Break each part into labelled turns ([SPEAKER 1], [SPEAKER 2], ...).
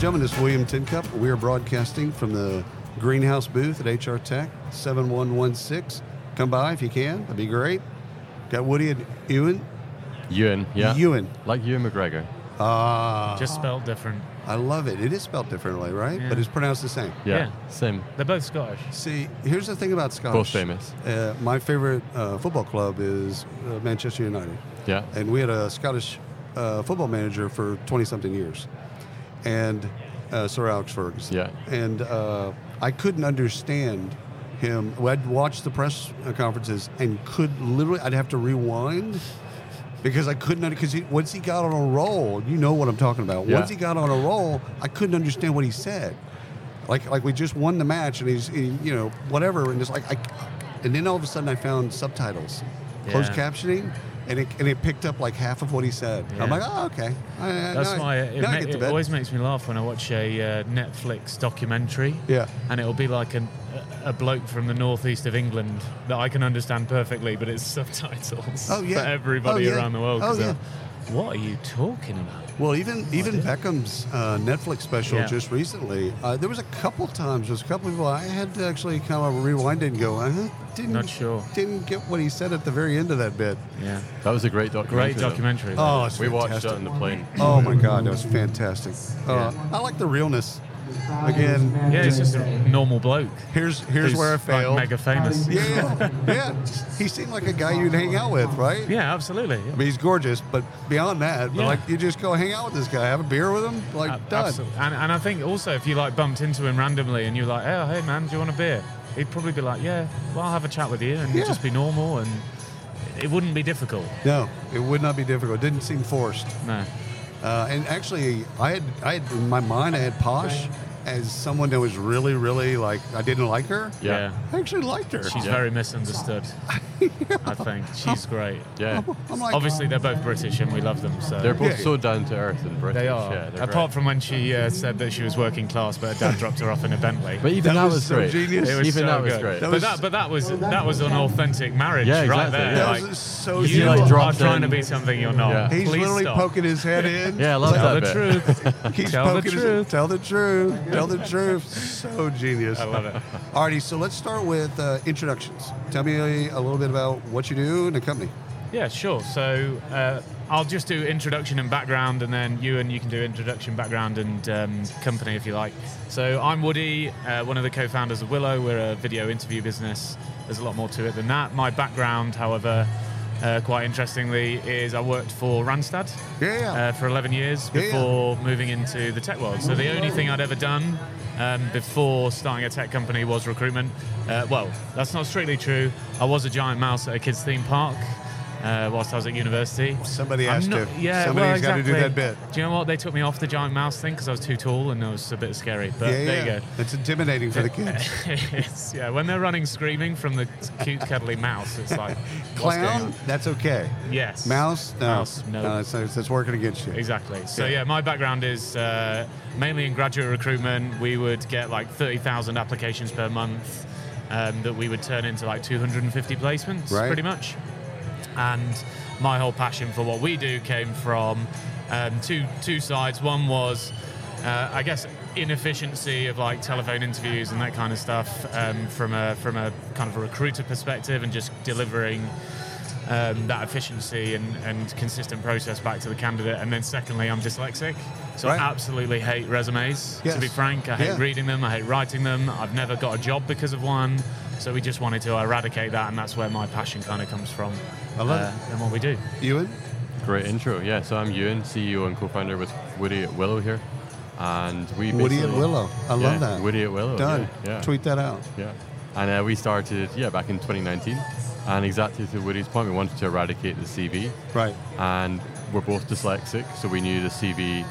[SPEAKER 1] gentlemen, this is William Tincup. We are broadcasting from the greenhouse booth at HR Tech 7116. Come by if you can. That'd be great. Got Woody and Ewan.
[SPEAKER 2] Ewan, yeah.
[SPEAKER 1] Ewan.
[SPEAKER 2] Like Ewan McGregor.
[SPEAKER 1] Ah.
[SPEAKER 3] Just spelled different.
[SPEAKER 1] I love it. It is spelled differently, right?
[SPEAKER 3] Yeah.
[SPEAKER 1] But it's pronounced the same.
[SPEAKER 2] Yeah.
[SPEAKER 3] Yeah.
[SPEAKER 2] Same.
[SPEAKER 3] They're both Scottish.
[SPEAKER 1] See, here's the thing about Scottish.
[SPEAKER 2] Both famous.
[SPEAKER 1] Uh, my favorite uh, football club is uh, Manchester United.
[SPEAKER 2] Yeah.
[SPEAKER 1] and we had a Scottish uh, football manager for 20 something years, and uh, Sir Alex Ferguson.
[SPEAKER 2] Yeah.
[SPEAKER 1] And uh, I couldn't understand him. Well, I'd watch the press uh, conferences and could literally, I'd have to rewind because I couldn't, because he, once he got on a roll, you know what I'm talking about.
[SPEAKER 2] Yeah.
[SPEAKER 1] Once he got on a roll, I couldn't understand what he said. Like, like we just won the match and he's, he, you know, whatever. And it's like, I, and then all of a sudden I found subtitles, closed
[SPEAKER 3] Yeah.
[SPEAKER 1] captioning, and it, and it picked up like half of what he said. I'm
[SPEAKER 3] Yeah.
[SPEAKER 1] like, oh, okay. I, I-
[SPEAKER 3] That's
[SPEAKER 1] now I-
[SPEAKER 3] why it,
[SPEAKER 1] now I
[SPEAKER 3] ma-
[SPEAKER 1] get to
[SPEAKER 3] it
[SPEAKER 1] bed.
[SPEAKER 3] always makes me laugh when I watch a uh, Netflix documentary.
[SPEAKER 1] Yeah.
[SPEAKER 3] And it'll be like an, a a bloke from the northeast of England that I can understand perfectly, but it's subtitles
[SPEAKER 1] Oh, yeah.
[SPEAKER 3] for everybody
[SPEAKER 1] Oh, yeah.
[SPEAKER 3] around the world. 'cause
[SPEAKER 1] Oh, yeah.
[SPEAKER 3] they're, What are you talking about?
[SPEAKER 1] Well, even even Beckham's uh, Netflix special
[SPEAKER 3] Yeah.
[SPEAKER 1] just recently, uh, there was a couple times, there was a couple people I had to actually kind of rewind and go, uh-huh, didn't
[SPEAKER 3] Not sure.
[SPEAKER 1] didn't get what he said at the very end of that bit.
[SPEAKER 3] Yeah.
[SPEAKER 2] That was a great documentary.
[SPEAKER 3] Great
[SPEAKER 2] though.
[SPEAKER 3] documentary. though.
[SPEAKER 1] Oh, it's
[SPEAKER 2] We watched that
[SPEAKER 1] fantastic.
[SPEAKER 2] on the plane.
[SPEAKER 1] Oh my God, that was fantastic. Uh, I like the realness. Again,
[SPEAKER 3] yeah, it's just a normal bloke.
[SPEAKER 1] here's Oh. here's
[SPEAKER 3] who's,
[SPEAKER 1] where I
[SPEAKER 3] like,
[SPEAKER 1] failed.
[SPEAKER 3] mega famous.
[SPEAKER 1] yeah, yeah. He seemed like a guy you'd hang out with, right?
[SPEAKER 3] Yeah, absolutely.
[SPEAKER 1] I mean, he's gorgeous, but beyond that, but
[SPEAKER 3] Yeah.
[SPEAKER 1] like you just go hang out with this guy, have a beer with him, like
[SPEAKER 3] A-
[SPEAKER 1] done.
[SPEAKER 3] absolute- And, and I think also if you like bumped into him randomly and you're like, oh, hey man, do you want a beer? He'd probably be like, yeah, well, I'll have a chat with you and
[SPEAKER 1] Yeah.
[SPEAKER 3] just be normal and it wouldn't be difficult.
[SPEAKER 1] No, it would not be difficult. It didn't seem forced.
[SPEAKER 3] No.
[SPEAKER 1] Uh, and actually, I had, I had in my mind, I had Posh as someone that was really, really like I didn't like her.
[SPEAKER 2] Yeah.
[SPEAKER 1] I actually liked her.
[SPEAKER 3] She's
[SPEAKER 2] Yeah.
[SPEAKER 3] very misunderstood, I think. She's great.
[SPEAKER 1] Oh
[SPEAKER 2] Yeah.
[SPEAKER 1] I'm like,
[SPEAKER 3] Obviously, they're both British and we love them, so.
[SPEAKER 2] They're both
[SPEAKER 1] Yeah.
[SPEAKER 2] so down to earth and British.
[SPEAKER 3] They are.
[SPEAKER 2] Yeah, they're
[SPEAKER 3] Apart
[SPEAKER 2] great.
[SPEAKER 3] from when she uh, said that she was working class, but her dad dropped her off in a Bentley.
[SPEAKER 2] But even
[SPEAKER 1] That
[SPEAKER 2] that,
[SPEAKER 1] was
[SPEAKER 2] was,
[SPEAKER 1] so
[SPEAKER 2] great.
[SPEAKER 1] genius.
[SPEAKER 3] It was
[SPEAKER 2] even
[SPEAKER 3] so
[SPEAKER 2] that was
[SPEAKER 3] good.
[SPEAKER 2] great.
[SPEAKER 1] That
[SPEAKER 3] But
[SPEAKER 1] was-
[SPEAKER 3] that, but that was that was an authentic marriage
[SPEAKER 2] Yeah,
[SPEAKER 3] right
[SPEAKER 2] exactly,
[SPEAKER 3] there.
[SPEAKER 2] yeah.
[SPEAKER 1] that
[SPEAKER 3] Like,
[SPEAKER 1] was so.
[SPEAKER 2] He,
[SPEAKER 3] you
[SPEAKER 2] like,
[SPEAKER 3] are
[SPEAKER 2] dropped
[SPEAKER 3] trying to
[SPEAKER 2] in-
[SPEAKER 3] be something you're not.
[SPEAKER 2] Yeah.
[SPEAKER 1] He's
[SPEAKER 3] Please
[SPEAKER 1] literally
[SPEAKER 3] stop.
[SPEAKER 1] poking his head in.
[SPEAKER 2] Yeah, I love
[SPEAKER 1] It's
[SPEAKER 3] Tell
[SPEAKER 1] like-
[SPEAKER 2] that
[SPEAKER 3] the
[SPEAKER 2] bit.
[SPEAKER 3] truth.
[SPEAKER 1] He's
[SPEAKER 3] Tell the
[SPEAKER 1] poking his-
[SPEAKER 3] truth.
[SPEAKER 1] Tell the truth. Tell the truth. So genius.
[SPEAKER 3] I love it.
[SPEAKER 1] Alrighty, so let's start with uh, introductions. Tell me a, a little bit about what you do and the company.
[SPEAKER 3] Yeah, sure. So uh, I'll just do introduction and background, and then you and you can do introduction, background, and um, company if you like. So I'm Woody, uh, one of the co-founders of Willow. We're a video interview business. There's a lot more to it than that. My background, however, uh, quite interestingly, is I worked for Randstad
[SPEAKER 1] Yeah, yeah.
[SPEAKER 3] Uh, for 11 years
[SPEAKER 1] Yeah, yeah.
[SPEAKER 3] before moving into the tech world. So the only thing I'd ever done um, before starting a tech company was recruitment. Uh, well, that's not strictly true. I was a giant mouse at a kids' theme park uh, whilst I was at university.
[SPEAKER 1] Somebody
[SPEAKER 3] I'm
[SPEAKER 1] has
[SPEAKER 3] not-
[SPEAKER 1] to.
[SPEAKER 3] Yeah,
[SPEAKER 1] Somebody's
[SPEAKER 3] well,
[SPEAKER 1] got to
[SPEAKER 3] exactly.
[SPEAKER 1] do that bit.
[SPEAKER 3] Do you know what? They took me off the giant mouse thing because I was too tall and it was a bit scary. But
[SPEAKER 1] yeah,
[SPEAKER 3] there
[SPEAKER 1] yeah.
[SPEAKER 3] you go.
[SPEAKER 1] It's intimidating for the kids.
[SPEAKER 3] It's- yeah, when they're running screaming from the cute cuddly mouse, it's like what's going
[SPEAKER 1] Clown,
[SPEAKER 3] on?
[SPEAKER 1] that's okay.
[SPEAKER 3] Yes.
[SPEAKER 1] Mouse, no.
[SPEAKER 3] Mouse, no.
[SPEAKER 1] that's, that's working against you.
[SPEAKER 3] Exactly. So
[SPEAKER 1] Yeah.
[SPEAKER 3] yeah, my background is uh, mainly in graduate recruitment. We would get like thirty thousand applications per month um, that we would turn into like two hundred and fifty placements,
[SPEAKER 1] Right.
[SPEAKER 3] pretty much. And my whole passion for what we do came from um, two two sides. One was, uh, I guess, inefficiency of like telephone interviews and that kind of stuff um, from a from a kind of a recruiter perspective, and just delivering um, that efficiency and, and consistent process back to the candidate. And then secondly, I'm dyslexic, so
[SPEAKER 1] Right.
[SPEAKER 3] I absolutely hate resumes.
[SPEAKER 1] Yes.
[SPEAKER 3] To be frank, I hate
[SPEAKER 1] Yeah.
[SPEAKER 3] reading them. I hate writing them. I've never got a job because of one. So we just wanted to eradicate that, and that's where my passion kind of comes from.
[SPEAKER 1] I love
[SPEAKER 3] it. And what we do.
[SPEAKER 1] Ewan?
[SPEAKER 2] Great intro. Yeah, so I'm Ewan, CEO and co-founder with Woody at Willow here, and we
[SPEAKER 1] Woody and
[SPEAKER 2] basically-
[SPEAKER 1] Willow. I
[SPEAKER 2] yeah,
[SPEAKER 1] love that.
[SPEAKER 2] Woody at Willow.
[SPEAKER 3] Oh,
[SPEAKER 1] Done.
[SPEAKER 2] Yeah. yeah.
[SPEAKER 1] Tweet that out.
[SPEAKER 2] Yeah. And uh, we started yeah back in 2019, and exactly to Woody's point, we wanted to eradicate the CV,
[SPEAKER 1] Right.
[SPEAKER 2] and we're both dyslexic, so we knew the CV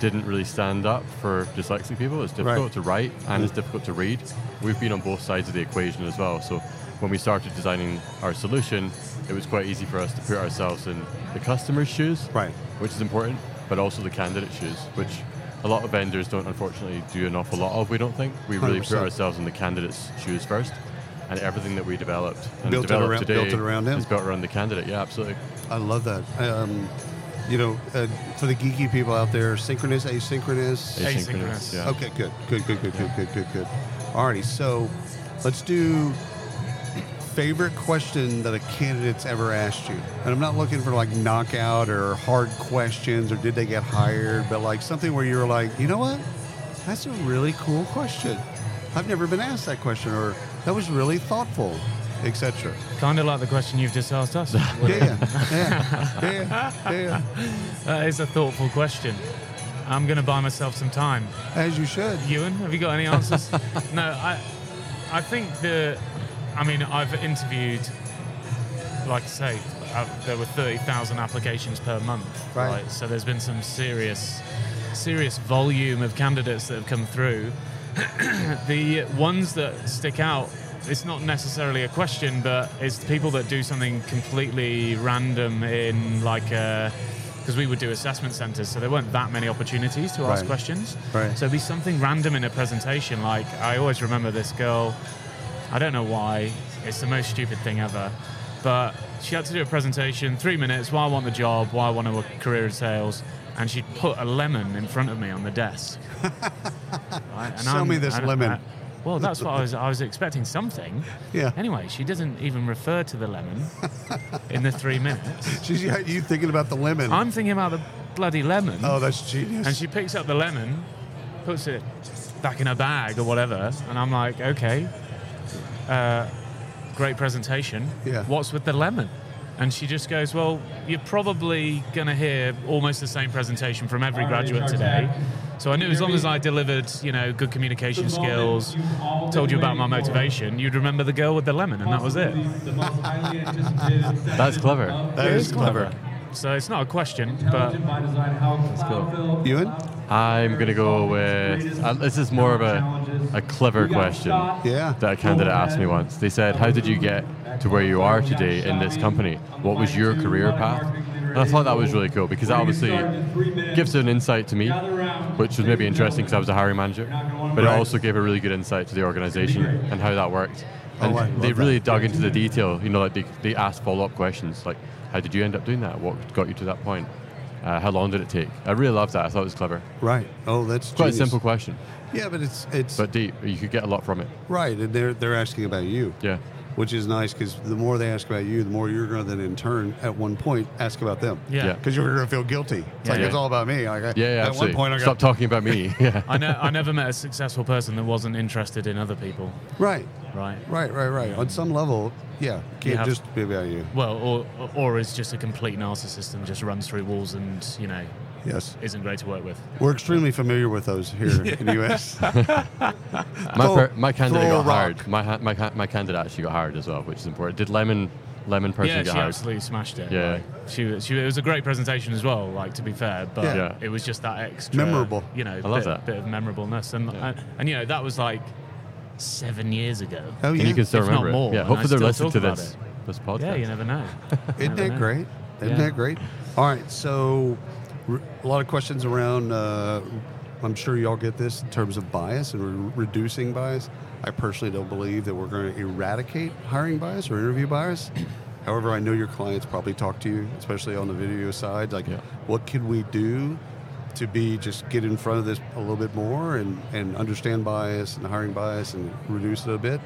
[SPEAKER 2] didn't really stand up for dyslexic people. It's difficult
[SPEAKER 1] Right.
[SPEAKER 2] to write and it's difficult to read. We've been on both sides of the equation as well. So when we started designing our solution, it was quite easy for us to put ourselves in the customer's shoes,
[SPEAKER 1] Right.
[SPEAKER 2] which is important, but also the candidate's shoes, which a lot of vendors don't unfortunately do an awful lot of. We don't think we really put
[SPEAKER 1] 100%.
[SPEAKER 2] ourselves in the candidate's shoes first. And everything that we developed and
[SPEAKER 1] Built it
[SPEAKER 2] developed
[SPEAKER 1] around-
[SPEAKER 2] today
[SPEAKER 1] built it around them.
[SPEAKER 2] is built around the candidate. Yeah, absolutely.
[SPEAKER 1] I love that. Um, you know, uh, for the geeky people out there, synchronous, asynchronous.
[SPEAKER 3] Asynchronous.
[SPEAKER 2] Yeah.
[SPEAKER 1] Okay, good, good, good, good, good, good, good, good. Alrighty, so let's do favorite question that a candidate's ever asked you. And I'm not looking for like knockout or hard questions or did they get hired, but like something where you're like, you know what? That's a really cool question. I've never been asked that question, or that was really thoughtful, etc.
[SPEAKER 3] Kind of like the question you've just asked us.
[SPEAKER 1] Yeah, yeah, yeah, yeah, yeah.
[SPEAKER 3] that is a thoughtful question. I'm going to buy myself some time.
[SPEAKER 1] As you should.
[SPEAKER 3] Ewan, have you got any answers? no, I, I think the, I mean, I've interviewed, like I say, I've, there were thirty thousand applications per month,
[SPEAKER 1] Right.
[SPEAKER 3] So there's been some serious, serious volume of candidates that have come through. the ones that stick out, it's not necessarily a question, but it's the people that do something completely random in like a. Because we would do assessment centres, so there weren't that many opportunities to ask
[SPEAKER 1] Right.
[SPEAKER 3] questions.
[SPEAKER 1] Right.
[SPEAKER 3] So it'd be something random in a presentation. Like I always remember this girl. I don't know why. It's the most stupid thing ever. But she had to do a presentation, three minutes. Why I want the job? Why I want a career in sales? And she put a lemon in front of me on the desk. Right, and
[SPEAKER 1] Sell me this
[SPEAKER 3] I don't-
[SPEAKER 1] lemon.
[SPEAKER 3] I- well, that's what I was. I was expecting something.
[SPEAKER 1] Yeah.
[SPEAKER 3] Anyway, she doesn't even refer to the lemon in the three minutes.
[SPEAKER 1] She's got you thinking about the lemon.
[SPEAKER 3] I'm thinking about the bloody lemon.
[SPEAKER 1] oh, that's genius.
[SPEAKER 3] And she picks up the lemon, puts it back in her bag or whatever, and I'm like, okay, uh, great presentation.
[SPEAKER 1] Yeah.
[SPEAKER 3] What's with the lemon? And she just goes, well, you're probably going to hear almost the same presentation from every graduate today. So I knew as long as I delivered, you know, good communication skills, told you about my motivation, you'd remember the girl with the lemon, and that was it.
[SPEAKER 4] That's
[SPEAKER 2] clever.
[SPEAKER 1] that is clever.
[SPEAKER 3] So it's not a question, but
[SPEAKER 4] cool.
[SPEAKER 1] Ewan?
[SPEAKER 2] I'm going to go with. Uh, this is more of a, a clever question
[SPEAKER 1] Yeah.
[SPEAKER 2] that a candidate asked me once. They said, How did you get to where you are today in this company? What was your career path? And I thought that was really cool because that obviously gives an insight to me, which was maybe interesting because I was a hiring manager. But it
[SPEAKER 1] Right.
[SPEAKER 2] also gave a really good insight to the organization and how that worked.
[SPEAKER 1] Oh,
[SPEAKER 2] And
[SPEAKER 1] I love
[SPEAKER 2] they
[SPEAKER 1] that.
[SPEAKER 2] really dug into the detail. You know, like they, they asked follow up questions like, How did you end up doing that? What got you to that point? Uh, how long did it take? I really loved that. I thought it was clever.
[SPEAKER 1] Right. Oh, that's
[SPEAKER 2] Quite
[SPEAKER 1] genius.
[SPEAKER 2] a simple question,
[SPEAKER 1] Yeah, but it's it's
[SPEAKER 2] but deep. You could get a lot from it.
[SPEAKER 1] right, and they're they're asking about you,
[SPEAKER 2] Yeah.
[SPEAKER 1] which is nice because the more they ask about you, the more you're going to then in turn at one point ask about them.
[SPEAKER 3] yeah.
[SPEAKER 2] Yeah.
[SPEAKER 1] Because you're going to feel guilty. It's like
[SPEAKER 2] Yeah.
[SPEAKER 1] it's all about me. Like, I-
[SPEAKER 2] Yeah, yeah
[SPEAKER 1] at one
[SPEAKER 2] absolutely.
[SPEAKER 1] point, I
[SPEAKER 2] Stop
[SPEAKER 1] got
[SPEAKER 2] talking about me. Yeah.
[SPEAKER 3] I, ne- I never met a successful person that wasn't interested in other people,
[SPEAKER 1] right,
[SPEAKER 3] right?
[SPEAKER 1] right, right, right. On some level, yeah, can't
[SPEAKER 3] have-
[SPEAKER 1] just be about you.
[SPEAKER 3] Well, or or is just a complete narcissist and just runs through walls and you know
[SPEAKER 1] Yes,
[SPEAKER 3] isn't great to work with.
[SPEAKER 1] we're extremely familiar with those here in the U.S.
[SPEAKER 2] My,
[SPEAKER 1] Throw-
[SPEAKER 2] per- my candidate
[SPEAKER 1] throw a
[SPEAKER 2] got hired.
[SPEAKER 1] rock.
[SPEAKER 2] My, ha- my, ca- my candidate actually got hired as well, which is important. Did Lemon Lemon person
[SPEAKER 3] yeah,
[SPEAKER 2] get
[SPEAKER 3] she
[SPEAKER 2] hired?
[SPEAKER 3] absolutely smashed it.
[SPEAKER 2] Yeah.
[SPEAKER 3] like, she she it was a great presentation as well. Like to be fair, but
[SPEAKER 1] Yeah.
[SPEAKER 2] Yeah.
[SPEAKER 3] it was just that extra
[SPEAKER 1] Memorable.
[SPEAKER 3] You know,
[SPEAKER 2] love
[SPEAKER 3] bit,
[SPEAKER 2] that.
[SPEAKER 3] bit of memorableness and, and and you know that was like seven years ago.
[SPEAKER 1] Oh
[SPEAKER 2] And
[SPEAKER 1] yeah,
[SPEAKER 2] you can still
[SPEAKER 3] If not
[SPEAKER 2] remember
[SPEAKER 3] more,
[SPEAKER 2] it. Yeah.
[SPEAKER 3] and I
[SPEAKER 2] Hopefully they're
[SPEAKER 3] still
[SPEAKER 2] listening to
[SPEAKER 3] talk about
[SPEAKER 2] this
[SPEAKER 3] it.
[SPEAKER 2] this podcast.
[SPEAKER 3] Yeah, you never know.
[SPEAKER 1] Isn't
[SPEAKER 3] Never
[SPEAKER 1] that
[SPEAKER 3] know.
[SPEAKER 1] great? Isn't
[SPEAKER 3] Yeah.
[SPEAKER 1] that great? All right, so r- a lot of questions around. Uh, I'm sure y'all get this in terms of bias and re- reducing bias. I personally don't believe that we're going to eradicate hiring bias or interview bias. However, I know your clients probably talk to you, especially on the video side. Like,
[SPEAKER 2] Yeah.
[SPEAKER 1] what can we do to be just get in front of this a little bit more and, and understand bias and hiring bias and reduce it a bit?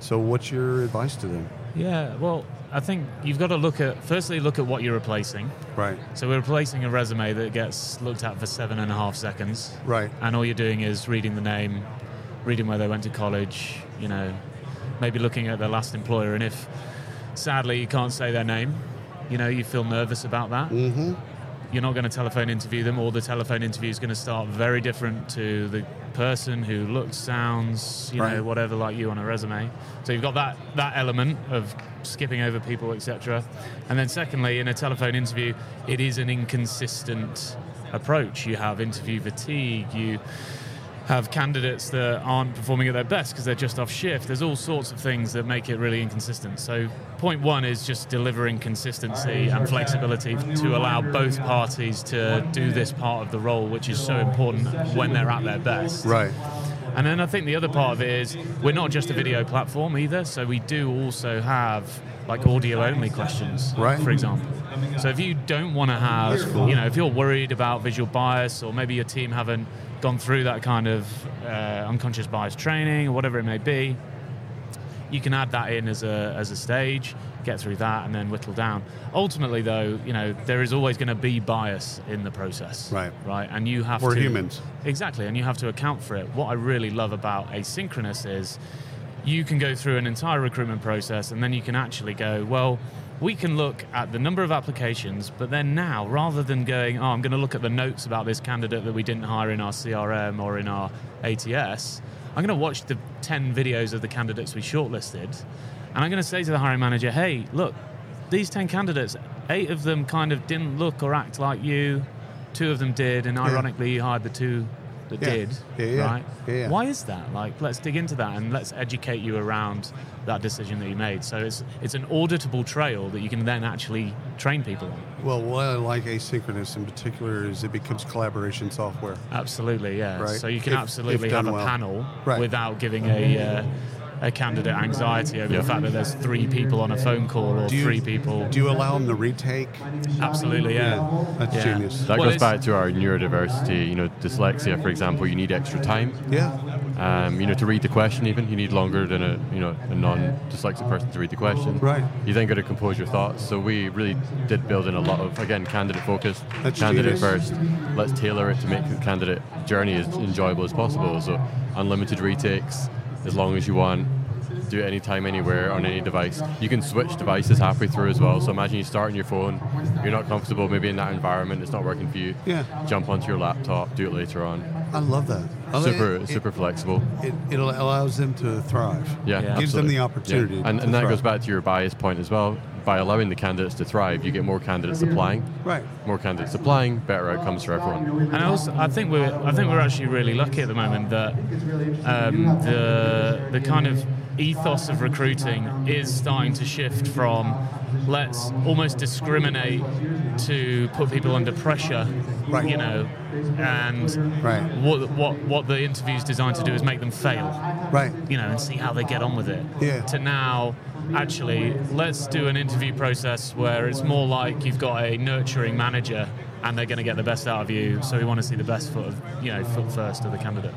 [SPEAKER 1] So, what's your advice to them?
[SPEAKER 3] Yeah, well, I think you've got to look at firstly look at what you're replacing.
[SPEAKER 1] Right,
[SPEAKER 3] So we're replacing a resume that gets looked at for seven and a half seconds.
[SPEAKER 1] right,
[SPEAKER 3] and all you're doing is reading the name, reading where they went to college, you know, maybe looking at their last employer. And if sadly you can't say their name, you know, you feel nervous about that.
[SPEAKER 1] mm-hmm.
[SPEAKER 3] You're not going to telephone interview them, or the telephone interview is going to start very different to the person who looks, sounds, you
[SPEAKER 1] Right.
[SPEAKER 3] know, whatever like you on a resume. So you've got that that element of skipping over people, etc. And then secondly, in a telephone interview, it is an inconsistent approach. You have interview fatigue. You have candidates that aren't performing at their best because they're just off shift. There's all sorts of things that make it really inconsistent. So, point one is just delivering consistency and flexibility to allow both parties to do this part of the role, which is so important when they're at their best.
[SPEAKER 1] right.
[SPEAKER 3] And then I think the other part of it is we're not just a video platform either, so we do also have like audio only questions,
[SPEAKER 1] Right.
[SPEAKER 3] for example. So if you don't want to have, you know, if you're worried about visual bias or maybe your team haven't gone through that kind of uh, unconscious bias training or whatever it may be, you can add that in as a as a stage, get through that, and then whittle down. Ultimately, though, you know there is always going to be bias in the process,
[SPEAKER 1] Right.
[SPEAKER 3] Right, and you have
[SPEAKER 1] We're
[SPEAKER 3] to
[SPEAKER 1] humans.
[SPEAKER 3] exactly, and you have to account for it. What I really love about asynchronous is you can go through an entire recruitment process, and then you can actually go well. We can look at the number of applications, but then now, rather than going, oh, I'm going to look at the notes about this candidate that we didn't hire in our CRM or in our ATS, I'm going to watch the 10 videos of the candidates we shortlisted, and I'm going to say to the hiring manager, hey, look, these 10 candidates, eight of them kind of didn't look or act like you, two of them did, and ironically, you hired the two that
[SPEAKER 1] Yeah.
[SPEAKER 3] did,
[SPEAKER 1] Yeah, yeah.
[SPEAKER 3] right?
[SPEAKER 1] Yeah, yeah.
[SPEAKER 3] Why is that? Like, let's dig into that and let's educate you around that decision that you made. So it's it's an auditable trail that you can then actually train people on.
[SPEAKER 1] Well, what I like asynchronous in particular is it becomes collaboration software.
[SPEAKER 3] Absolutely, yeah.
[SPEAKER 1] Right.
[SPEAKER 3] So you can
[SPEAKER 1] If-
[SPEAKER 3] absolutely
[SPEAKER 1] if done
[SPEAKER 3] have a
[SPEAKER 1] well.
[SPEAKER 3] panel
[SPEAKER 1] Right.
[SPEAKER 3] without giving a uh, a candidate anxiety over
[SPEAKER 2] Yeah.
[SPEAKER 3] the fact that there's three people on a phone call or
[SPEAKER 1] Do you-
[SPEAKER 3] three people.
[SPEAKER 1] Do you allow them to retake?
[SPEAKER 3] absolutely, yeah.
[SPEAKER 1] That's
[SPEAKER 3] Yeah.
[SPEAKER 1] genius.
[SPEAKER 2] That
[SPEAKER 3] Well,
[SPEAKER 2] goes
[SPEAKER 3] it's-
[SPEAKER 2] back to our neurodiversity. You know, dyslexia, for example, you need extra time.
[SPEAKER 1] Yeah.
[SPEAKER 2] Um, you know, to read the question, even you need longer than a you know a non-dyslexic person to read the question.
[SPEAKER 1] Right.
[SPEAKER 2] You then got to compose your thoughts. So we really did build in a lot of again candidate focused,
[SPEAKER 1] That's
[SPEAKER 2] candidate
[SPEAKER 1] genius.
[SPEAKER 2] first. Let's tailor it to make the candidate journey as enjoyable as possible. So unlimited retakes, as long as you want. Do it anytime, anywhere, on any device. You can switch devices halfway through as well. So imagine you start on your phone, you're not comfortable maybe in that environment, it's not working for you.
[SPEAKER 1] Yeah.
[SPEAKER 2] Jump onto your laptop, do it later on.
[SPEAKER 1] I love that. I love
[SPEAKER 2] Super,
[SPEAKER 1] it, It-
[SPEAKER 2] super flexible.
[SPEAKER 1] It, it allows them to thrive.
[SPEAKER 2] Yeah,
[SPEAKER 3] Yeah.
[SPEAKER 1] Gives them
[SPEAKER 2] absolutely.
[SPEAKER 1] the opportunity
[SPEAKER 2] And,
[SPEAKER 1] to
[SPEAKER 2] and that
[SPEAKER 1] thrive.
[SPEAKER 2] goes back to your bias point as well. By allowing the candidates to thrive, you get more candidates applying.
[SPEAKER 1] Right.
[SPEAKER 2] More candidates applying, better outcomes for everyone.
[SPEAKER 3] And I also, I think we're, I think we're actually really lucky at the moment that um, the the kind of ethos of recruiting is starting to shift from let's almost discriminate to put people under pressure,
[SPEAKER 1] Right.
[SPEAKER 3] you know, and
[SPEAKER 1] Right.
[SPEAKER 3] what what what the interview's designed to do is make them fail
[SPEAKER 1] Right.
[SPEAKER 3] you know, and see how they get on with it.
[SPEAKER 1] Yeah.
[SPEAKER 3] To now, actually, let's do an interview process where it's more like you've got a nurturing manager and they're going to get the best out of you. So we want to see the best foot of, you know, foot first of the candidate.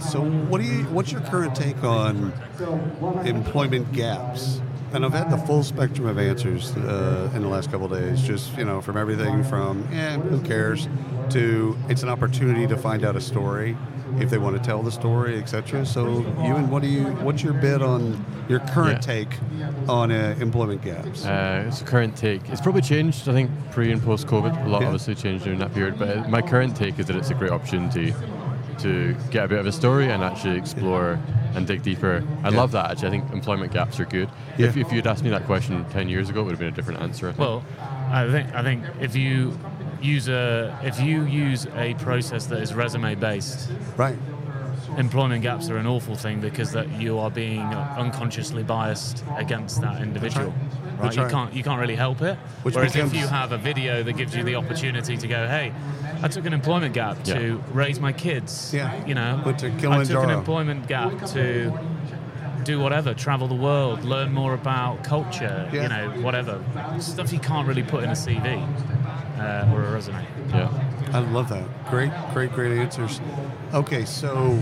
[SPEAKER 1] So, what do you? What's your current take on employment gaps? And I've had the full spectrum of answers uh, in the last couple of days. Just you know, from everything from "eh, who cares" to "it's an opportunity to find out a story if they want to tell the story, etc." So, you and what do you? What's your bid on your current
[SPEAKER 2] Yeah.
[SPEAKER 1] take on uh, employment gaps?
[SPEAKER 2] Uh, it's the current take. It's probably changed, I think, pre and post COVID. A lot
[SPEAKER 1] Yeah.
[SPEAKER 2] obviously changed during that period. But uh, my current take is that it's a great opportunity to get a bit of a story and actually explore and dig deeper. I
[SPEAKER 1] Yeah.
[SPEAKER 2] love that, actually. I think employment gaps are good. If,
[SPEAKER 1] Yeah.
[SPEAKER 2] if you'd asked me that question 10 years ago, it would have been a different answer. I think.
[SPEAKER 3] Well, I think I think if you use a if you use a process that is resume based,
[SPEAKER 1] right.
[SPEAKER 3] employment gaps are an awful thing because that you are being unconsciously biased against that individual.
[SPEAKER 1] right.
[SPEAKER 3] Right,
[SPEAKER 1] That's
[SPEAKER 3] you
[SPEAKER 1] right.
[SPEAKER 3] can't you can't really help it.
[SPEAKER 1] Which
[SPEAKER 3] Whereas
[SPEAKER 1] becomes-
[SPEAKER 3] if you have a video that gives you the opportunity to go, hey, I took an employment gap to raise my kids.
[SPEAKER 1] Yeah.
[SPEAKER 3] you know,
[SPEAKER 1] Went to
[SPEAKER 3] I took an
[SPEAKER 1] Kilimanjaro.
[SPEAKER 3] employment gap to do whatever, travel the world, learn more about culture.
[SPEAKER 1] Yeah.
[SPEAKER 3] You know, whatever stuff you can't really put in a CV uh, or a resume.
[SPEAKER 2] yeah.
[SPEAKER 1] I love that. Great, great, great answers. Okay, so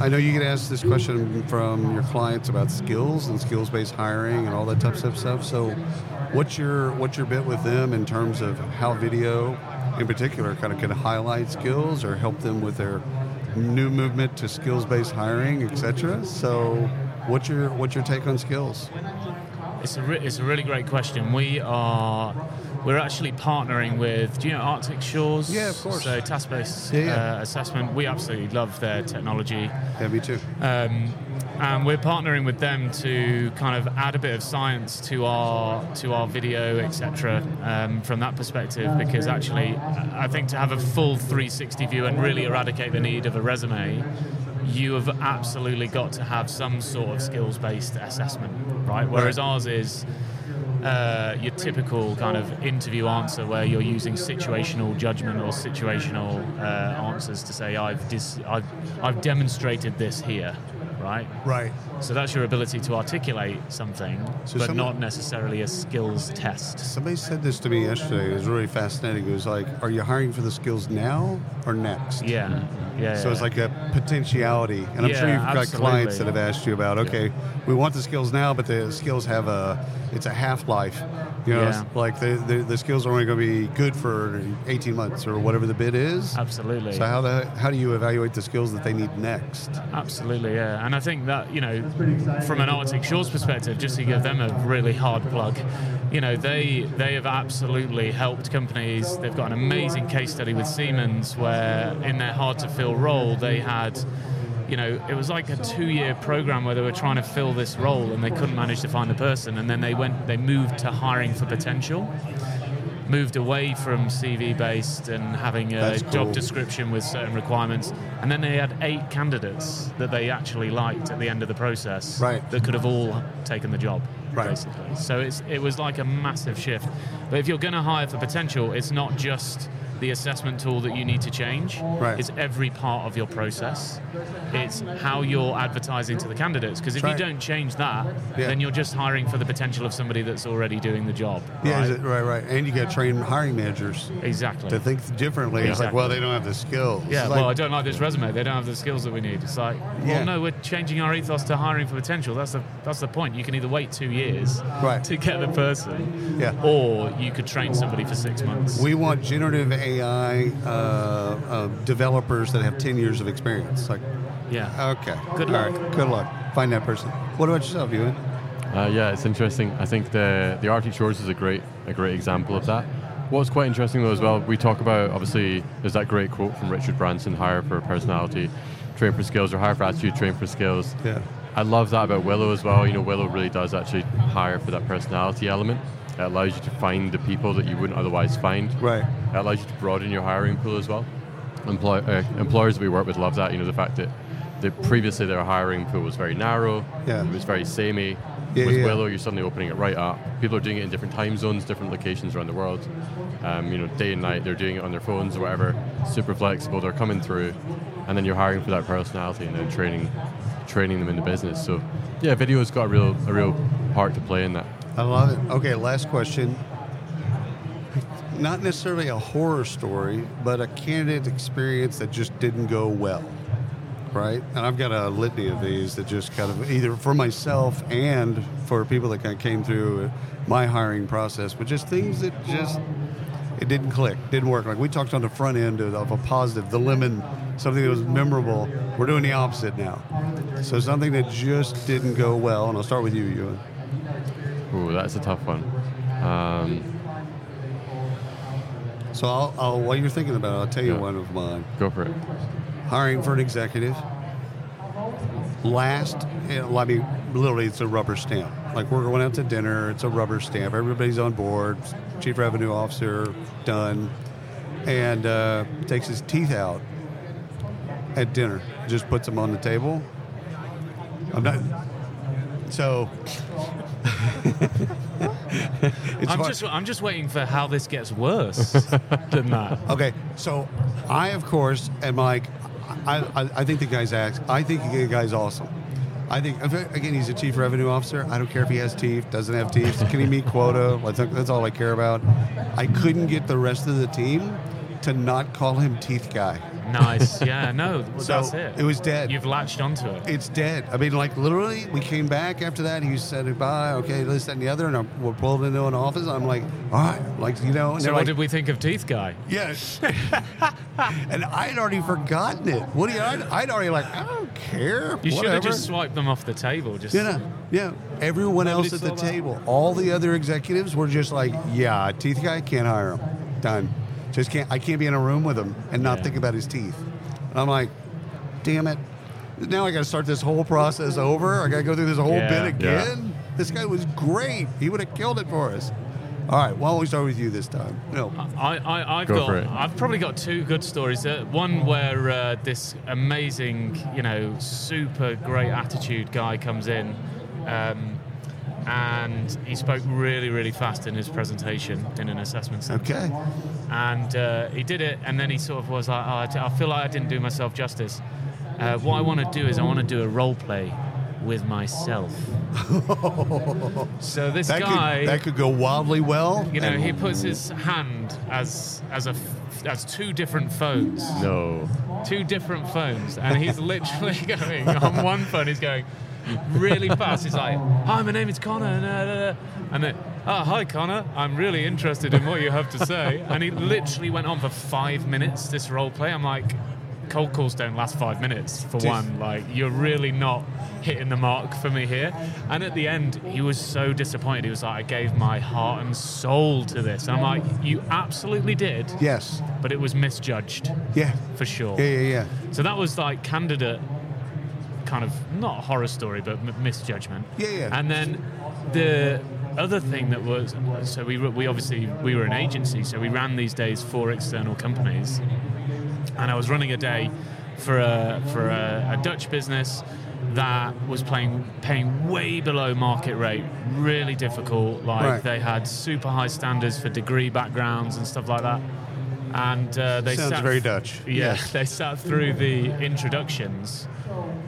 [SPEAKER 1] I know you get asked this question from your clients about skills and skills-based hiring and all that type of stuff. So, what's your what's your bit with them in terms of how video, in particular, kind of can highlight skills or help them with their new movement to skills-based hiring, etc. So, what's your what's your take on skills?
[SPEAKER 3] It's a, re- it's a really great question. We are we're actually partnering with do you know Arctic Shores?
[SPEAKER 1] Yeah, of course.
[SPEAKER 3] So task based
[SPEAKER 1] Yeah, yeah.
[SPEAKER 3] Uh, assessment. We absolutely love their technology,
[SPEAKER 1] Yeah, me too.
[SPEAKER 3] um, and we're partnering with them to kind of add a bit of science to our to our video, etc. Um, from that perspective, because actually, I I think to have a full 360 view and really eradicate the need of a resume. You have absolutely got to have some sort of skills-based assessment, right? Whereas ours is uh, your typical kind of interview answer where you're using situational judgment or situational uh, answers to say I've, dis- I've I've demonstrated this here, right?
[SPEAKER 1] Right.
[SPEAKER 3] So that's your ability to articulate something,
[SPEAKER 1] So
[SPEAKER 3] but
[SPEAKER 1] some-
[SPEAKER 3] not necessarily a skills test.
[SPEAKER 1] Somebody said this to me yesterday. It was really fascinating. It was like, are you hiring for the skills now or next?
[SPEAKER 3] Yeah, yeah.
[SPEAKER 1] So it's like a potentiality, and I'm sure
[SPEAKER 3] Yeah,
[SPEAKER 1] you've got clients
[SPEAKER 3] absolutely.
[SPEAKER 1] that have asked you about. Okay, we want the skills now, but the skills have a it's a half life. You know, it's
[SPEAKER 3] Yeah.
[SPEAKER 1] like the, the the skills are only going to be good for 18 months or whatever the bid is.
[SPEAKER 3] absolutely.
[SPEAKER 1] So how the how do you evaluate the skills that they need next?
[SPEAKER 3] Absolutely, yeah. And I think that, you know, from an Arctic Shores perspective, just to give them a really hard plug, you know, they they have absolutely helped companies. They've got an amazing case study with Siemens where in their hard to fill role they had you know, it was like a two-year program where they were trying to fill this role and they couldn't manage to find the person, and then they went, they moved to hiring for potential, moved away from CV-based and having a
[SPEAKER 1] That's
[SPEAKER 3] job
[SPEAKER 1] cool.
[SPEAKER 3] description description with certain requirements, and then they had eight candidates that they actually liked at the end of the process
[SPEAKER 1] Right.
[SPEAKER 3] that could have all taken the job,
[SPEAKER 1] Right.
[SPEAKER 3] basically. So it's it was like a massive shift. But if you're going to hire for potential, it's not just the assessment tool that you need to change.
[SPEAKER 1] Right.
[SPEAKER 3] It's every part of your process. It's how you're advertising to the candidates. Because if
[SPEAKER 1] Right.
[SPEAKER 3] you don't change that,
[SPEAKER 1] Yeah.
[SPEAKER 3] then you're just hiring for the potential of somebody that's already doing the job.
[SPEAKER 1] Yeah,
[SPEAKER 3] right?
[SPEAKER 1] is it, right, right. And you got to train hiring managers
[SPEAKER 3] exactly.
[SPEAKER 1] to think differently. It's like,
[SPEAKER 3] Exactly.
[SPEAKER 1] well, they don't have the skills.
[SPEAKER 3] Yeah,
[SPEAKER 1] It's like,
[SPEAKER 3] well, I don't like this resume. They don't have the skills that we need. It's like,
[SPEAKER 1] Yeah.
[SPEAKER 3] well, no, we're changing our ethos to hiring for potential. That's the that's the point. You can either wait two years
[SPEAKER 1] Right.
[SPEAKER 3] to get the person,
[SPEAKER 1] Yeah.
[SPEAKER 3] or you could train somebody for six months.
[SPEAKER 1] We want generative AI uh, uh, developers that have 10 years of experience. Like,
[SPEAKER 3] yeah,
[SPEAKER 1] okay.
[SPEAKER 3] Good
[SPEAKER 1] All
[SPEAKER 3] luck.
[SPEAKER 1] right, Good luck. Find that person. What about yourself, Ewan?
[SPEAKER 2] Uh, yeah, it's interesting. I think the the Arctic Shores is a great a great example of that. What's quite interesting though as well, we talk about obviously there's that great quote from Richard Branson: "Hire for personality, train for skills, or hire for attitude, train for skills."
[SPEAKER 1] Yeah.
[SPEAKER 2] I love that about Willow as well. You know, Willow really does actually hire for that personality element. It allows you to find the people that you wouldn't otherwise find.
[SPEAKER 1] Right.
[SPEAKER 2] It allows you to broaden your hiring pool as well. Employ, uh, employers that we work with love that. You know, the fact that, that previously their hiring pool was very narrow.
[SPEAKER 1] Yeah.
[SPEAKER 2] It was very samey.
[SPEAKER 1] Yeah,
[SPEAKER 2] with
[SPEAKER 1] yeah.
[SPEAKER 2] Willow, you're suddenly opening it right up. People are doing it in different time zones, different locations around the world. Um, you know, day and night, they're doing it on their phones or whatever. Super flexible. They're coming through, and then you're hiring for that personality and then training, training them in the business. So, yeah, video's got a real a real part to play in that.
[SPEAKER 1] I love it. Okay, last question. Not necessarily a horror story, but a candidate experience that just didn't go well, right? And I've got a litany of these that just kind of either for myself and for people that kind of came through my hiring process, but just things that just it didn't click, didn't work. Like we talked on the front end of, of a positive, the lemon, something that was memorable. We're doing the opposite now. So something that just didn't go well, and I'll start with you, Ewan.
[SPEAKER 2] Ooh, that's a tough one. Um,
[SPEAKER 1] So I'll, I'll, while you're thinking about it, I'll tell you
[SPEAKER 2] Yeah.
[SPEAKER 1] one of mine.
[SPEAKER 2] go for it.
[SPEAKER 1] Hiring for an executive. Last, you know, I mean, literally, it's a rubber stamp. Like we're going out to dinner, it's a rubber stamp. Everybody's on board. Chief revenue officer done, and uh, takes his teeth out at dinner. Just puts them on the table. I'm not. So. it's
[SPEAKER 3] I'm
[SPEAKER 1] hard-
[SPEAKER 3] just I'm just waiting for how this gets worse than that.
[SPEAKER 1] Okay, so I of course am like, I, I, I think the guy's act. I think the guy's awesome. I think again he's a chief revenue officer. I don't care if he has teeth, doesn't have teeth. Can he meet quota? Like, that- That's all I care about. I couldn't get the rest of the team to not call him teeth guy.
[SPEAKER 3] Nice, yeah, no,
[SPEAKER 1] So,
[SPEAKER 3] that's it.
[SPEAKER 1] it was dead.
[SPEAKER 3] You've latched onto it.
[SPEAKER 1] It's dead. I mean, like literally, we came back after that. He said goodbye. Okay, this, that, and the other, and I'm, we're pulled into an office. I'm like, all right, like you know. And
[SPEAKER 3] So
[SPEAKER 1] they're
[SPEAKER 3] what
[SPEAKER 1] like,
[SPEAKER 3] did we think of Teeth Guy?
[SPEAKER 1] Yes. and I had already forgotten it. What do you? I'd, I'd already like. I don't care.
[SPEAKER 3] You should
[SPEAKER 1] whatever.
[SPEAKER 3] have just swiped them off the table. Just
[SPEAKER 1] Yeah, no, yeah. Everyone else at the
[SPEAKER 3] saw that.
[SPEAKER 1] table, all the other executives were just like, "Yeah, teeth guy can't hire him. Done. Just can't. I can't be in a room with him and not
[SPEAKER 3] Yeah.
[SPEAKER 1] think about his teeth." And I'm like, "Damn it! Now I got to start this whole process over. I got to go through this whole
[SPEAKER 3] Yeah.
[SPEAKER 1] bit again. This guy was great. He would have killed it for us." All right. Why don't we start with you this time? No.
[SPEAKER 3] I, I, I've
[SPEAKER 2] Go for
[SPEAKER 3] got.
[SPEAKER 2] it.
[SPEAKER 3] I've probably got two good stories. Uh, one where uh, this amazing, you know, super great attitude guy comes in. Um, and he spoke really, really fast in his presentation in an assessment centre
[SPEAKER 1] Okay.
[SPEAKER 3] and uh, he did it and then he sort of was like oh, I, t- I feel like i didn't do myself justice uh, what i want to do is i want to do a role play with myself so this
[SPEAKER 1] That
[SPEAKER 3] guy
[SPEAKER 1] could that could go wildly well.
[SPEAKER 3] you know
[SPEAKER 1] and-
[SPEAKER 3] he puts his hand as as a f- as two different phones
[SPEAKER 2] No.
[SPEAKER 3] two different phones, and he's literally going on one phone. He's going really fast. He's like, "Hi, my name is Connor," and, uh, and then, "Oh, hi, Connor. I'm really interested in what you have to say." And he literally went on for five minutes. This role play. I'm like, cold calls don't last five minutes. For
[SPEAKER 1] Jeez.
[SPEAKER 3] one, like you're really not hitting the mark for me here. And at the end, he was so disappointed. He was like, "I gave my heart and soul to this." And I'm like, "You absolutely did."
[SPEAKER 1] Yes.
[SPEAKER 3] But it was misjudged
[SPEAKER 1] Yeah.
[SPEAKER 3] for sure.
[SPEAKER 1] Yeah. Yeah. Yeah.
[SPEAKER 3] So that was like candidate, kind of not a horror story, but m- misjudgment.
[SPEAKER 1] Yeah, yeah.
[SPEAKER 3] And then the other thing that was so we were- we obviously we were an agency, so we ran these days for external companies, and I was running a day for a for a, a Dutch business that was playing paying way below market rate, really difficult. Like
[SPEAKER 1] Right.
[SPEAKER 3] they had super high standards for degree backgrounds and stuff like that. And uh, they
[SPEAKER 1] Sounds
[SPEAKER 3] sat
[SPEAKER 1] very Dutch.
[SPEAKER 3] yeah,
[SPEAKER 1] Yes.
[SPEAKER 3] they sat through the introductions,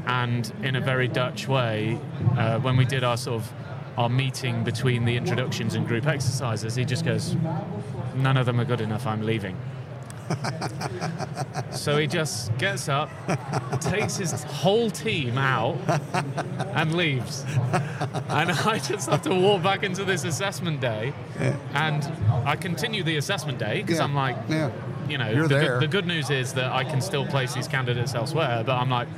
[SPEAKER 3] and in a very Dutch way, uh, when we did our sort of our meeting between the introductions and group exercises, he just goes, "None of them are good enough. I'm leaving." so he just gets up, takes his whole team out, and leaves. And I just have to walk back into this assessment day, and I continue the assessment day because
[SPEAKER 1] Yeah.
[SPEAKER 3] I'm like,
[SPEAKER 1] Yeah.
[SPEAKER 3] you know,
[SPEAKER 1] You're
[SPEAKER 3] the,
[SPEAKER 1] there.
[SPEAKER 3] Good, the good news is that I can still place these candidates elsewhere, but I'm like,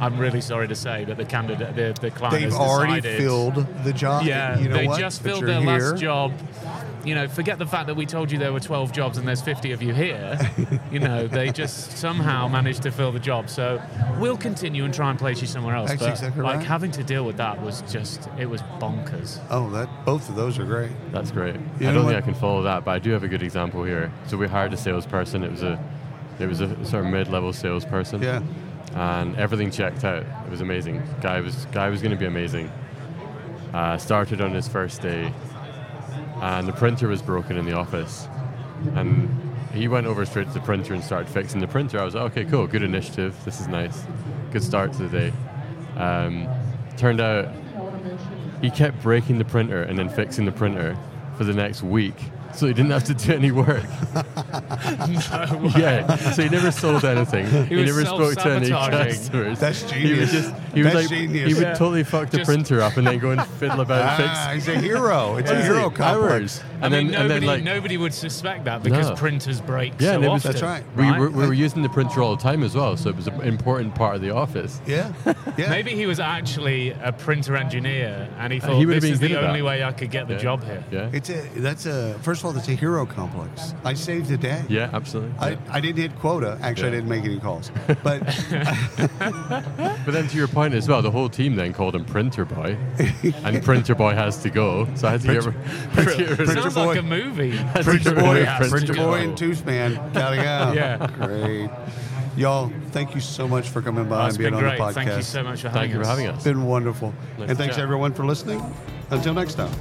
[SPEAKER 3] I'm really sorry to say, but the candidate, the, the client
[SPEAKER 1] They've
[SPEAKER 3] has
[SPEAKER 1] already
[SPEAKER 3] decided-
[SPEAKER 1] filled the job.
[SPEAKER 3] Yeah,
[SPEAKER 1] You know
[SPEAKER 3] they
[SPEAKER 1] what?
[SPEAKER 3] just
[SPEAKER 1] But
[SPEAKER 3] filled
[SPEAKER 1] you're
[SPEAKER 3] their
[SPEAKER 1] here.
[SPEAKER 3] last job. You know, forget the fact that we told you there were 12 jobs and there's 50 of you here. you know, they just somehow managed to fill the job. So we'll continue and try and place you somewhere else.
[SPEAKER 1] That's
[SPEAKER 3] but
[SPEAKER 1] exactly
[SPEAKER 3] like
[SPEAKER 1] right.
[SPEAKER 3] having to deal with that was just, it was bonkers.
[SPEAKER 1] Oh, that both of those are great.
[SPEAKER 2] That's great.
[SPEAKER 1] You
[SPEAKER 2] I
[SPEAKER 1] know
[SPEAKER 2] don't
[SPEAKER 1] what?
[SPEAKER 2] think I can follow that, but I do have a good example here. So we hired a salesperson. It was a, it was a sort of mid-level salesperson.
[SPEAKER 1] Yeah.
[SPEAKER 2] And everything checked out. It was amazing. Guy was guy was going to be amazing. Uh, started on his first day, and the printer was broken in the office, and he went over straight to the printer and started fixing the printer. I was like, okay, cool, good initiative. This is nice. Good start to the day. Um, turned out he kept breaking the printer and then fixing the printer for the next week. So he didn't have to do any work. yeah. So he never sold anything. He,
[SPEAKER 3] was
[SPEAKER 2] never spoke to any
[SPEAKER 3] self-sabotaging.
[SPEAKER 2] customers.
[SPEAKER 1] That's
[SPEAKER 2] He was
[SPEAKER 1] genius.
[SPEAKER 2] just he was
[SPEAKER 1] That's
[SPEAKER 2] like
[SPEAKER 1] genius.
[SPEAKER 2] he would
[SPEAKER 1] Yeah.
[SPEAKER 2] totally fuck the
[SPEAKER 3] Just-
[SPEAKER 2] printer up and then go and fiddle about and
[SPEAKER 1] Ah,
[SPEAKER 2] fix
[SPEAKER 1] he's a hero. It's a
[SPEAKER 2] Honestly,
[SPEAKER 1] hero complex.
[SPEAKER 2] hours. And
[SPEAKER 3] I mean,
[SPEAKER 2] then
[SPEAKER 3] nobody,
[SPEAKER 2] and then like
[SPEAKER 3] nobody would suspect that because
[SPEAKER 2] No.
[SPEAKER 3] printers break
[SPEAKER 2] yeah,
[SPEAKER 3] so
[SPEAKER 2] and it was,
[SPEAKER 3] often.
[SPEAKER 1] That's right.
[SPEAKER 2] We were, we were using the printer all the time as well, so it was an important part of the office.
[SPEAKER 1] Yeah. Yeah.
[SPEAKER 3] Maybe he was actually a printer engineer, and he thought
[SPEAKER 2] he would've
[SPEAKER 3] this
[SPEAKER 2] been
[SPEAKER 3] is
[SPEAKER 2] good
[SPEAKER 3] the
[SPEAKER 2] at that."
[SPEAKER 3] only way I could get the
[SPEAKER 2] Yeah.
[SPEAKER 3] job here.
[SPEAKER 2] Yeah,
[SPEAKER 1] It's a that's a first of all, that's a hero complex. I saved the day.
[SPEAKER 2] yeah, absolutely.
[SPEAKER 1] I, I didn't hit quota. Actually, I
[SPEAKER 2] Yeah.
[SPEAKER 1] didn't make any calls. But
[SPEAKER 2] But then to your point as well, the whole team then called him Printer Boy, and Printer Boy has to go. So I had to get, re- had to get rid of-
[SPEAKER 1] Printer
[SPEAKER 3] Sounds
[SPEAKER 1] boy.
[SPEAKER 3] like a movie.
[SPEAKER 2] had to
[SPEAKER 1] Printer
[SPEAKER 2] get rid
[SPEAKER 1] Boy,
[SPEAKER 2] of
[SPEAKER 1] Printer
[SPEAKER 2] Go.
[SPEAKER 1] Boy, and Tooth Man, gotta go.
[SPEAKER 3] Yeah.
[SPEAKER 1] great. Y'all, thank you so much for coming by
[SPEAKER 3] That's
[SPEAKER 1] and being
[SPEAKER 3] been
[SPEAKER 1] on
[SPEAKER 3] great.
[SPEAKER 1] the podcast.
[SPEAKER 3] Thank you so much for having
[SPEAKER 2] Thank you for
[SPEAKER 3] us.
[SPEAKER 2] having
[SPEAKER 1] It's
[SPEAKER 2] us.
[SPEAKER 1] been wonderful,
[SPEAKER 2] Nice
[SPEAKER 1] and thanks
[SPEAKER 2] chat.
[SPEAKER 1] everyone for listening. Until next time.